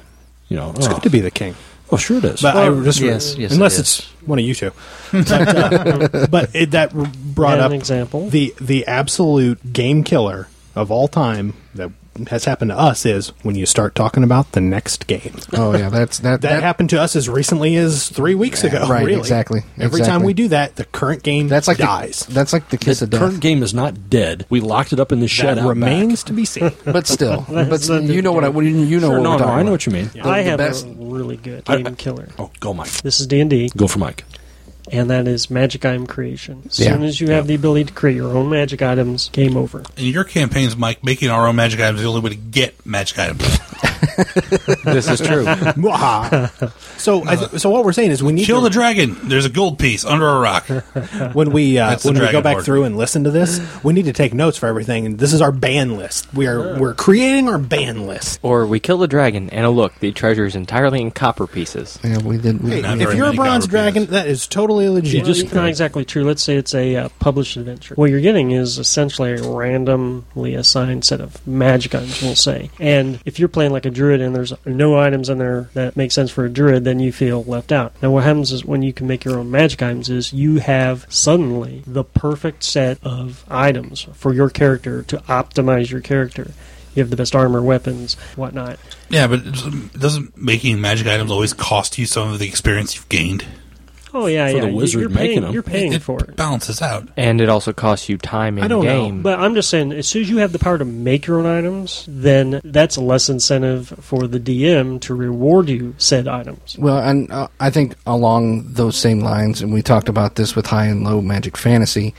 Speaker 5: you know,
Speaker 4: It's
Speaker 5: oh,
Speaker 4: good to be the king.
Speaker 5: oh, sure it is.
Speaker 4: But I just
Speaker 9: yes, yes,
Speaker 4: unless
Speaker 9: it
Speaker 4: it's one of you two. But, uh, but it, that brought
Speaker 3: Yeah,
Speaker 4: up
Speaker 3: an example.
Speaker 4: the the absolute game killer of all time that has happened to us is when you start talking about the next game.
Speaker 2: Oh yeah, that's that.
Speaker 4: That, happened to us as recently as three weeks ago.
Speaker 2: right,
Speaker 4: really.
Speaker 2: exactly,
Speaker 4: Every time
Speaker 2: exactly.
Speaker 4: we do that, the current game
Speaker 2: That's like
Speaker 4: dies.
Speaker 2: The, that's like the kiss
Speaker 5: the
Speaker 2: of death.
Speaker 5: current game is not dead. We locked it up in the shed.
Speaker 4: that
Speaker 5: out
Speaker 4: remains to be seen.
Speaker 2: But still, but
Speaker 3: That's not the-
Speaker 2: you know what I well, you you know
Speaker 5: Back. Sure,
Speaker 2: what
Speaker 5: no, no,
Speaker 2: we're talking
Speaker 5: I know
Speaker 2: about.
Speaker 5: what you mean.
Speaker 3: I
Speaker 2: the
Speaker 3: have
Speaker 2: best-
Speaker 3: a really good
Speaker 5: I-
Speaker 3: game
Speaker 5: I-
Speaker 3: killer.
Speaker 5: Oh, go Mike.
Speaker 3: This is D and D,
Speaker 5: Go for Mike.
Speaker 3: and that is magic item creation. As
Speaker 2: Yeah.
Speaker 3: soon as you have the ability to create your own magic items, game over.
Speaker 7: And your campaigns, Mike, making our own magic items is the only way to get magic items.
Speaker 8: this is true.
Speaker 4: Mwaha. so, I th- so what we're saying is we need
Speaker 7: Kill
Speaker 4: to,
Speaker 7: the dragon. There's a gold piece under a rock.
Speaker 4: when we uh,
Speaker 7: That's the
Speaker 4: when we go
Speaker 7: dragon
Speaker 4: back
Speaker 7: part.
Speaker 4: through and listen to this, we need to take notes for everything. And this is our ban list. We are we're creating our ban list.
Speaker 8: Or we kill the dragon, and oh look, the treasure is entirely in copper pieces.
Speaker 2: Yeah, we did. We,
Speaker 7: Not
Speaker 4: If
Speaker 7: very
Speaker 4: you're a
Speaker 7: many
Speaker 4: bronze
Speaker 7: copper
Speaker 4: dragon,
Speaker 7: pieces.
Speaker 4: that is totally legit.
Speaker 3: Well, it's not exactly true. Let's say it's a uh, published adventure. What you're getting is essentially a randomly assigned set of magic items, we'll say. And if you're playing like a druid and there's no items in there that make sense for a druid, then you feel left out. Now, what happens is when you can make your own magic items, is you have suddenly the perfect set of items for your character to optimize your character. You have the best armor, weapons, whatnot.
Speaker 7: Yeah, but it's- um, doesn't making magic items always cost you some of the experience you've gained?
Speaker 3: Oh yeah,
Speaker 5: For
Speaker 3: yeah.
Speaker 5: the
Speaker 3: You-
Speaker 5: wizard
Speaker 3: you're
Speaker 5: making
Speaker 3: paying,
Speaker 5: them.
Speaker 3: You're paying
Speaker 7: it
Speaker 3: for it.
Speaker 7: balances out.
Speaker 8: And it also costs you time in
Speaker 4: I don't know,
Speaker 8: game.
Speaker 3: But I'm just saying, as soon as you have the power to make your own items, then that's less incentive for the DM to reward you said items.
Speaker 2: well, and uh, I think along those same lines, and we talked about this with high and low magic fantasy.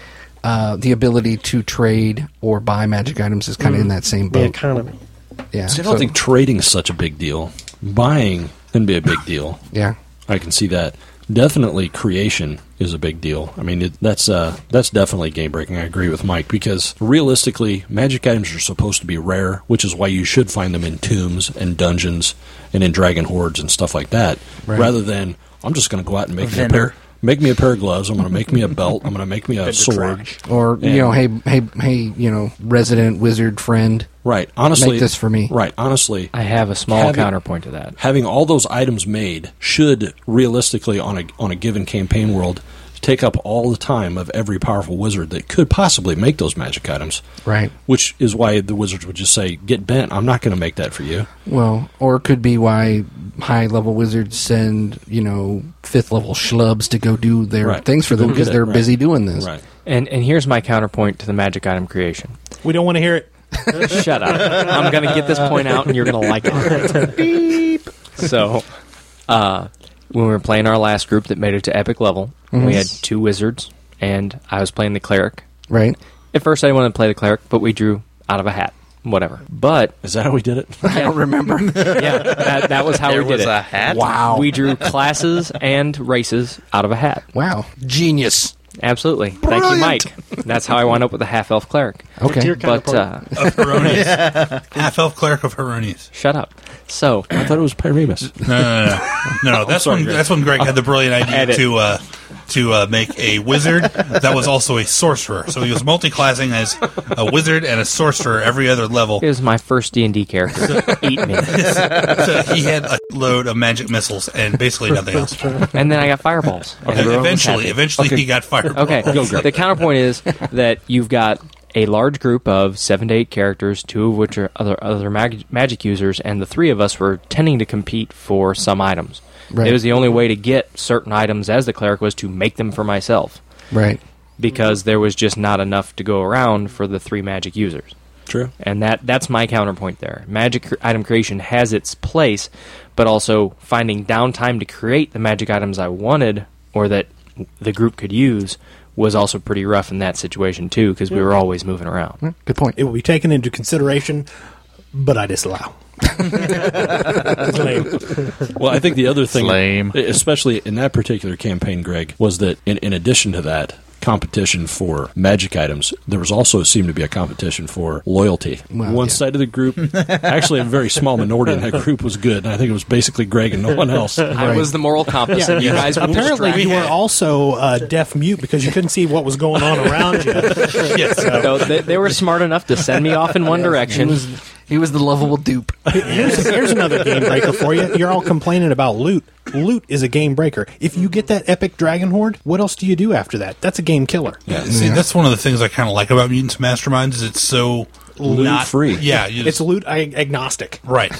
Speaker 2: Uh, the ability to trade or buy magic items is kind of in that same
Speaker 3: The
Speaker 2: boat.
Speaker 3: economy.
Speaker 2: Yeah,
Speaker 5: See, I don't
Speaker 2: so-
Speaker 5: think trading is such a big deal. Buying can be a big deal.
Speaker 2: Yeah,
Speaker 5: I can see that. Definitely, creation is a big deal. I mean, it, that's uh, that's definitely game breaking. I agree with Mike because realistically, magic items are supposed to be rare, which is why you should find them in tombs and dungeons and in dragon hordes and stuff like that, rather than I'm just going to go out and make me a
Speaker 6: Vendor.
Speaker 5: pair, make me a pair of gloves. I'm going to make me a belt. I'm going to make me a sword.
Speaker 2: or
Speaker 5: And-
Speaker 2: you know, hey, hey, hey, you know, resident wizard friend.
Speaker 5: Right. Honestly,
Speaker 2: Make this for me.
Speaker 5: Right. Honestly,
Speaker 8: I have a small
Speaker 5: Have you-
Speaker 8: counterpoint to that.
Speaker 5: having all those items made should realistically on a on a given campaign world take up all the time of every powerful wizard that could possibly make those magic items.
Speaker 2: Right.
Speaker 5: Which is why the wizards would just say, "Get bent. I'm not going to make that for you."
Speaker 2: Well, or it could be why high level wizards send you know fifth level schlubs to go do their
Speaker 5: Right.
Speaker 2: things for them
Speaker 5: Go get
Speaker 2: because
Speaker 5: it,
Speaker 2: they're
Speaker 5: right.
Speaker 2: busy doing this.
Speaker 5: Right.
Speaker 8: And and here's my counterpoint to the magic item creation.
Speaker 4: we don't want to hear it.
Speaker 8: Shut up. I'm going to get this point out and you're going to like it. So, uh, when we were playing our last group that made it to epic level,
Speaker 4: Mm-hmm.
Speaker 8: we had two wizards and I was playing the cleric.
Speaker 2: Right?
Speaker 8: At first I didn't want to play the cleric, but we drew out of a hat. Whatever. But
Speaker 5: Is that how we did it?
Speaker 2: I don't remember.
Speaker 8: yeah, that, that was how
Speaker 9: There
Speaker 8: we did
Speaker 9: was
Speaker 8: it.
Speaker 9: a hat?
Speaker 2: Wow.
Speaker 8: We drew classes and races out of a hat.
Speaker 2: wow, genius.
Speaker 8: Absolutely. Thank you, Mike. That's how I wound up with a half elf cleric.
Speaker 3: To
Speaker 2: Okay,
Speaker 3: your
Speaker 8: But
Speaker 3: counterpart.
Speaker 8: uh,
Speaker 7: Of Heronius. Half elf cleric of Heronius.
Speaker 8: shut up. So
Speaker 5: I thought it was Pyramus.
Speaker 7: No, no, no, no. no that's,
Speaker 5: sorry,
Speaker 7: when,
Speaker 5: Greg.
Speaker 7: that's when Greg had the brilliant idea
Speaker 8: Edit.
Speaker 7: to uh, to uh, make a wizard that was also a sorcerer. So he was multi-classing as a wizard and a sorcerer every other level.
Speaker 8: it was my first D and D character. Eat me.
Speaker 7: So he had a load of magic missiles and basically nothing else.
Speaker 8: And then I got fireballs. And
Speaker 7: And
Speaker 8: everyone was
Speaker 7: eventually,
Speaker 8: happy.
Speaker 7: eventually he got fired.
Speaker 8: Okay. the counterpoint is that you've got a large group of seven to eight characters, two of which are other other mag- magic users, and the three of us were tending to compete for some items.
Speaker 2: Right.
Speaker 8: It was the only way to get certain items as the cleric was to make them for myself.
Speaker 2: right.
Speaker 8: because there was just not enough to go around for the three magic users.
Speaker 5: True.
Speaker 8: And that that's my counterpoint there. Magic cr- item creation has its place, but also finding downtime to create the magic items I wanted or that the group could use was also pretty rough in that situation too because we were always moving around.
Speaker 4: Mm-hmm.
Speaker 2: Yeah, Good point.
Speaker 4: It will be taken into consideration, but I disallow.
Speaker 5: Well, I think the other thing, e,
Speaker 6: Lame.
Speaker 5: especially in that particular campaign, Greg, was that in, in addition to that competition for magic items, there was also seemed to be a competition for loyalty.
Speaker 2: Well,
Speaker 5: one
Speaker 2: yeah.
Speaker 5: side of the group, actually a very small minority in that group was good, and I think it was basically Greg and no one else.
Speaker 8: I was the moral compass and you guys were
Speaker 4: Apparently,
Speaker 8: distracted.
Speaker 4: you were also uh, deaf mute because you couldn't see what was going on around you.
Speaker 7: yes.
Speaker 8: So they, they were smart enough to send me off in one
Speaker 2: He
Speaker 8: direction.
Speaker 2: was he was the lovable dupe.
Speaker 4: Here's, here's another game breaker for you. You're all complaining about loot. Loot is a game breaker. If you get that epic dragon horde, what else do you do after that? That's a game killer.
Speaker 7: See, that's one of the things I kind of like about Mutants and Masterminds is it's so
Speaker 5: Loot
Speaker 7: not-
Speaker 5: free.
Speaker 7: Yeah, you
Speaker 4: It's
Speaker 7: just-
Speaker 4: loot ag- agnostic.
Speaker 7: right.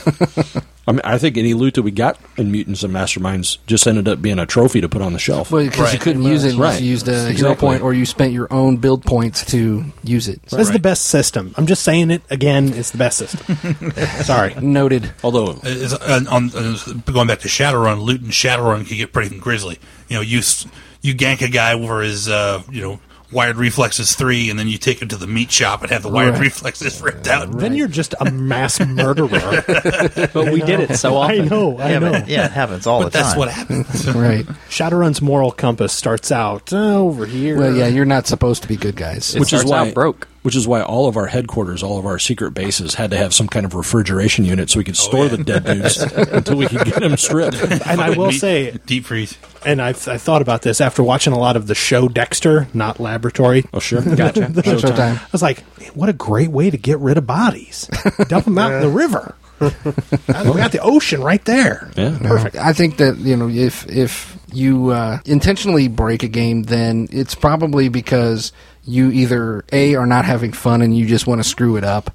Speaker 5: I mean, I think any loot that we got in Mutants and Masterminds just ended up being a trophy to put on the shelf.
Speaker 2: Well, because you
Speaker 7: Right.
Speaker 2: couldn't use it unless
Speaker 5: Right.
Speaker 2: you used a hero
Speaker 5: Exactly.
Speaker 2: point or you spent your own build points to use it.
Speaker 4: That's the best system. I'm just saying it again. It's the best system. Sorry.
Speaker 2: Noted.
Speaker 5: Although
Speaker 7: Is- uh, on, on, on- going back to Shadowrun, loot and Shadowrun can get pretty grisly. You know, you s- you gank a guy over his uh, you know wired reflexes three, and then you take him to the meat shop and have the wired
Speaker 2: Right.
Speaker 7: reflexes ripped out.
Speaker 4: Then you're just a mass murderer.
Speaker 8: but we did it so
Speaker 4: I
Speaker 8: often.
Speaker 4: know. I
Speaker 6: yeah,
Speaker 4: know.
Speaker 6: but, yeah, it happens all
Speaker 7: But
Speaker 6: the time.
Speaker 7: that's what happens.
Speaker 2: Right.
Speaker 4: Shadowrun's moral compass starts out uh, over here.
Speaker 2: Well, yeah, you're not supposed to be good guys.
Speaker 8: It
Speaker 5: which is
Speaker 8: starts
Speaker 5: why
Speaker 8: out broke.
Speaker 5: Which is why all of our headquarters, all of our secret bases, had to have some kind of refrigeration unit so we could store the dead dudes until we could get them stripped.
Speaker 4: and I will say,
Speaker 7: deep freeze.
Speaker 4: and I've, I thought about this after watching a lot of the show Dexter, not Laboratory.
Speaker 5: Oh, sure,
Speaker 8: Gotcha.
Speaker 2: Showtime.
Speaker 4: I was like, "Man, what a great way to get rid of bodies. Dump them out in the river. I- we got the ocean right there.
Speaker 5: Yeah.
Speaker 4: Perfect.
Speaker 2: I think that you know if if you uh, intentionally break a game, then it's probably because you either a are not having fun and you just want to screw it up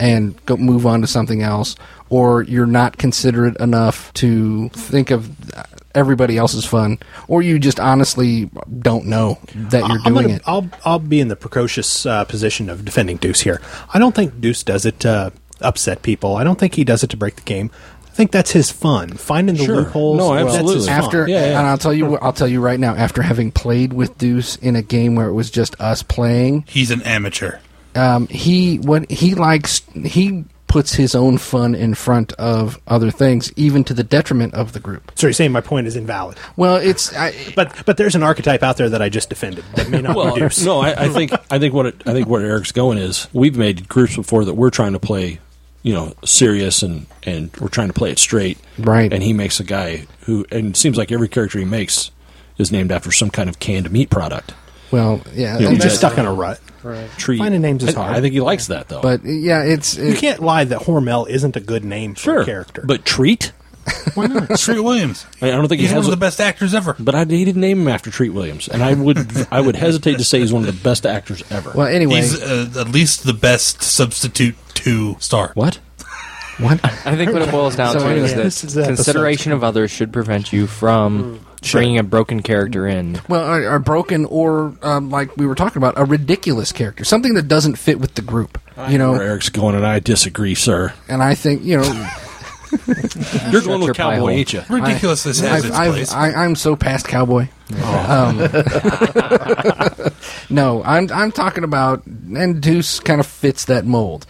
Speaker 2: and go move on to something else, or you're not considerate enough to think of uh, everybody else's fun, or you just honestly don't know that you're
Speaker 4: I'm
Speaker 2: doing
Speaker 4: gonna-
Speaker 2: it.
Speaker 4: I'll, I'll be in the precocious uh, position of defending Deuce here. I don't think Deuce does it to upset people. I don't think he does it to break the game. I think that's his fun. Finding the
Speaker 5: Sure.
Speaker 4: loopholes.
Speaker 5: No,
Speaker 4: that's his
Speaker 5: absolutely.
Speaker 4: fun.
Speaker 2: after
Speaker 5: Yeah, yeah.
Speaker 2: and I'll tell you wh- I'll tell you right now after having played with Deuce in a game where it was just us playing
Speaker 7: He's an amateur.
Speaker 2: um, he what he likes he puts his own fun in front of other things even to the detriment of the group
Speaker 4: So you're saying my point is invalid.
Speaker 2: well it's I,
Speaker 4: But but there's an archetype out there that I just defended that may not
Speaker 5: Well,
Speaker 4: be Deuce.
Speaker 5: no, I, I think I think what it, I think what Eric's going is we've made groups before that we're trying to play, you know, serious and and we're trying to play it straight,
Speaker 2: Right.
Speaker 5: And he makes a guy who and it seems like every character he makes is named after some kind of canned meat product.
Speaker 2: well
Speaker 5: Yeah,
Speaker 2: yeah
Speaker 4: I'm
Speaker 2: it's-
Speaker 5: just-
Speaker 4: just stuck in a rut.
Speaker 5: Tree
Speaker 4: Finding names is
Speaker 5: I-
Speaker 4: hard.
Speaker 5: I think he likes that though.
Speaker 2: but yeah it's
Speaker 4: You
Speaker 2: it,
Speaker 4: can't lie that Hormel isn't a good name for
Speaker 5: sure,
Speaker 4: a character.
Speaker 5: But treat.
Speaker 7: Treat Williams.
Speaker 5: I don't think he
Speaker 7: he's
Speaker 5: has
Speaker 7: one of
Speaker 5: a-
Speaker 7: the best actors ever.
Speaker 5: But I, he didn't name him after Treat Williams, and I would I would hesitate to say he's one of the best actors ever.
Speaker 2: well anyway
Speaker 7: He's uh, at least the best substitute two star.
Speaker 5: What?
Speaker 2: what
Speaker 8: I think what it boils down
Speaker 2: So
Speaker 8: to
Speaker 2: anyway,
Speaker 8: is that
Speaker 4: this is the episode. Mm.
Speaker 8: consideration of others should prevent you from bringing a broken character in.
Speaker 2: well are, are broken or um, like we were talking about a ridiculous character something that doesn't fit with the group you
Speaker 5: Where
Speaker 2: know
Speaker 5: Eric's going, and I disagree, sir.
Speaker 2: and I think you know
Speaker 5: You're going
Speaker 8: your
Speaker 5: with
Speaker 8: pie
Speaker 5: Cowboy,
Speaker 8: hole.
Speaker 5: ain't you?
Speaker 7: Ridiculousness has
Speaker 2: I've,
Speaker 7: its
Speaker 2: I've,
Speaker 7: place.
Speaker 2: I, I'm so past cowboy.
Speaker 7: Oh.
Speaker 2: Um, no, I'm I'm talking about and Deuce kind of fits that mold.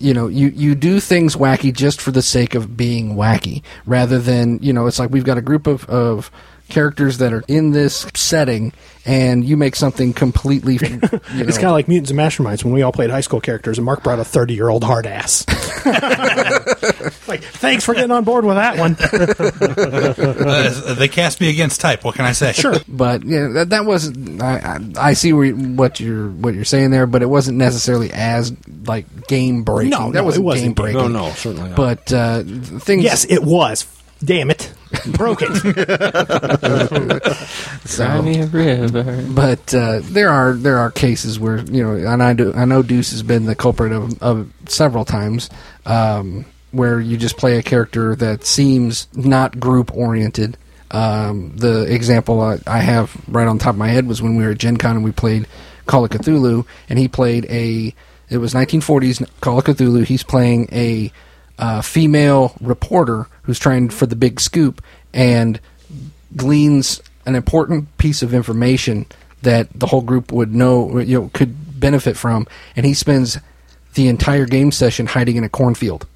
Speaker 2: You know, you, you do things wacky just for the sake of being wacky, rather than you know, it's like we've got a group of, of characters that are in this setting, and you make something completely. You know,
Speaker 4: It's kind of like Mutants and Masterminds when we all played high school characters, and Mark brought a 30 year old hard ass. like, thanks for getting on board with that one.
Speaker 7: Uh, they cast me against type. What can I say? Sure.
Speaker 2: but yeah, that, that wasn't. I, I, I see where you, what you're what you're saying there, but it wasn't necessarily as like game breaking.
Speaker 4: No,
Speaker 2: that
Speaker 4: no,
Speaker 2: wasn't,
Speaker 4: it wasn't
Speaker 2: game
Speaker 4: game-
Speaker 2: breaking.
Speaker 5: No, no, certainly not.
Speaker 2: But uh, th- things.
Speaker 4: yes, it was. Damn it. Broke it.
Speaker 8: Cry
Speaker 2: So,
Speaker 8: me a river.
Speaker 2: but uh, there are there are cases where you know, and I do I know Deuce has been the culprit of, of several times. Um, where you just play a character that seems not group oriented. Um, the example I, I have right on top of my head was when we were at Gen Con and we played Call of Cthulhu, and he played a. It was 1940s Call of Cthulhu. He's playing a uh, female reporter who's trying for the big scoop and gleans an important piece of information that the whole group would know, you know, could benefit from, and he spends the entire game session hiding in a cornfield,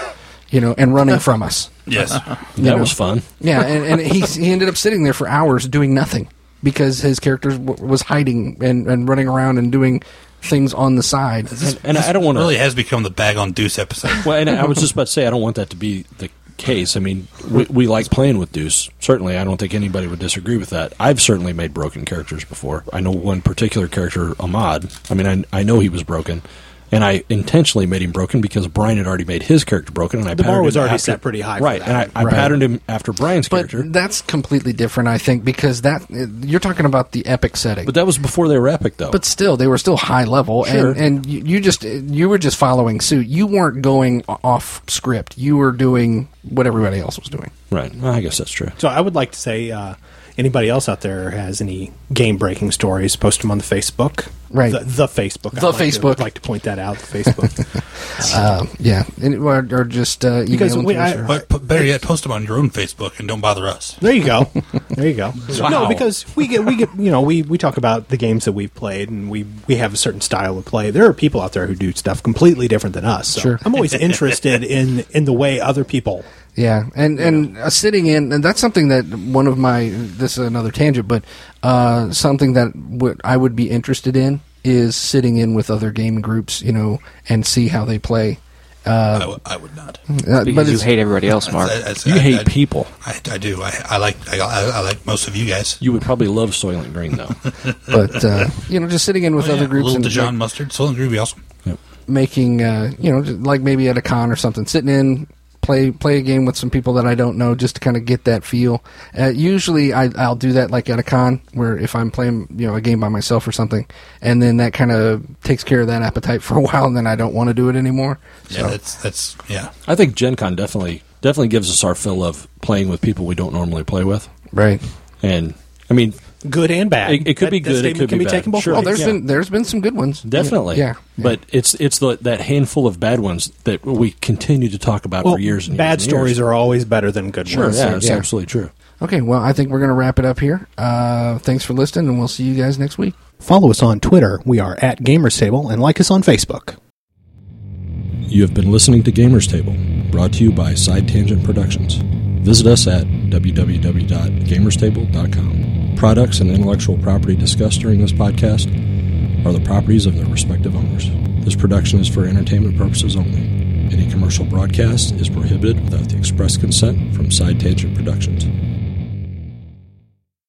Speaker 2: you know, and running from us.
Speaker 7: Yes.
Speaker 5: That was fun.
Speaker 2: Yeah, and, and he he ended up sitting there for hours doing nothing because his character w- was hiding and, and running around and doing things on the side.
Speaker 5: And, and I don't want to.
Speaker 7: really has become the bag on Deuce episode.
Speaker 5: Well, and I was just about to say, I don't want that to be the case. I mean, we, we like playing with Deuce. Certainly, I don't think anybody would disagree with that. I've certainly made broken characters before. I know one particular character, Ahmad. I mean, I, I know he was broken, and I intentionally made him broken because Brian had already made his character broken, and I
Speaker 4: The bar
Speaker 5: patterned
Speaker 4: was
Speaker 5: him
Speaker 4: already
Speaker 5: after-
Speaker 4: set pretty high for
Speaker 5: right?
Speaker 4: that.
Speaker 5: And I, I
Speaker 2: Right.
Speaker 5: patterned him after Brian's
Speaker 2: But
Speaker 5: character.
Speaker 2: that's completely different, I think, because that you're talking about the epic setting.
Speaker 5: But that was before they were epic, though.
Speaker 2: but still they were still high level
Speaker 5: Sure.
Speaker 2: and and you, you just you were just following suit you weren't going o- off script you were doing what everybody else was doing
Speaker 5: right? Well, I guess that's true.
Speaker 4: So I would like to say uh, anybody else out there has any game breaking stories, post them on the Facebook.
Speaker 2: Right.
Speaker 4: The, the Facebook. I'd
Speaker 2: The
Speaker 4: like to-
Speaker 2: Facebook.
Speaker 4: I'd like to point that out, the Facebook.
Speaker 2: uh, yeah and, or, or just uh,
Speaker 4: Because
Speaker 2: email
Speaker 4: we-
Speaker 2: them to us
Speaker 4: I-
Speaker 2: or-
Speaker 7: but, but better yet, post them on your own Facebook and don't bother us.
Speaker 4: there you go. There you go.
Speaker 5: Wow.
Speaker 4: No, because we get we get you know we we talk about the games that we've played and we we have a certain style of play. There are people out there who do stuff completely different than us. So
Speaker 2: Sure.
Speaker 4: I'm always interested in in the way other people.
Speaker 2: Yeah, and and uh, sitting in, and that's something that one of my this is another tangent, but uh, something that would I would be interested in is sitting in with other game groups, you know, and see how they play.
Speaker 7: I w- I would not.
Speaker 2: Uh, but
Speaker 8: Because you
Speaker 2: it's-
Speaker 8: hate everybody else, Mark.
Speaker 7: I- I-
Speaker 5: You
Speaker 7: I-
Speaker 5: hate
Speaker 7: I-
Speaker 5: people.
Speaker 7: I, I do. I, I like I, I I like most of you guys.
Speaker 5: You would probably love Soylent Green, though.
Speaker 2: but uh, you know, just sitting in with
Speaker 7: Oh,
Speaker 2: other
Speaker 7: yeah,
Speaker 2: groups
Speaker 7: little
Speaker 2: and
Speaker 7: Dijon
Speaker 2: like,
Speaker 7: mustard, Soylent Green, would be awesome.
Speaker 2: making, uh, you know, just like maybe at a con or something, sitting in. Play play a game with some people that I don't know just to kind of get that feel. Uh, usually I, I'll do that like at a con where if I'm playing you know a game by myself or something, and then that kind of takes care of that appetite for a while, and then I don't want to do it anymore.
Speaker 7: Yeah, that's that's yeah.
Speaker 5: I think Gen Con definitely definitely gives us our fill of playing with people we don't normally play with,
Speaker 2: Right.
Speaker 5: and I mean,
Speaker 4: Good and bad.
Speaker 5: It- it could
Speaker 4: That-
Speaker 5: be
Speaker 4: that
Speaker 5: good, it
Speaker 4: statement
Speaker 5: could
Speaker 4: can
Speaker 5: be
Speaker 4: be,
Speaker 5: bad.
Speaker 4: taken both
Speaker 5: Sure.
Speaker 2: Oh,
Speaker 4: ways.
Speaker 2: there's
Speaker 5: Yeah.
Speaker 2: been there's been some good ones.
Speaker 5: Definitely.
Speaker 2: Yeah.
Speaker 5: But it's it's the, that handful of bad ones that we continue to talk about uh, for years and
Speaker 4: bad stories are always better than good
Speaker 5: Sure,
Speaker 4: ones.
Speaker 5: yeah, that's
Speaker 2: yeah.
Speaker 5: absolutely true.
Speaker 2: Okay. Well, I think we're gonna wrap it up here. Uh, thanks for listening, and we'll see you guys next week.
Speaker 4: Follow us on Twitter. We are at Gamers Table and like us on Facebook.
Speaker 1: You have been listening to Gamers Table, brought to you by Side Tangent Productions. Visit us at www.gamerstable.com. Products and intellectual property discussed during this podcast are the properties of their respective owners. This production is for entertainment purposes only. Any commercial broadcast is prohibited without the express consent from Side Tangent Productions.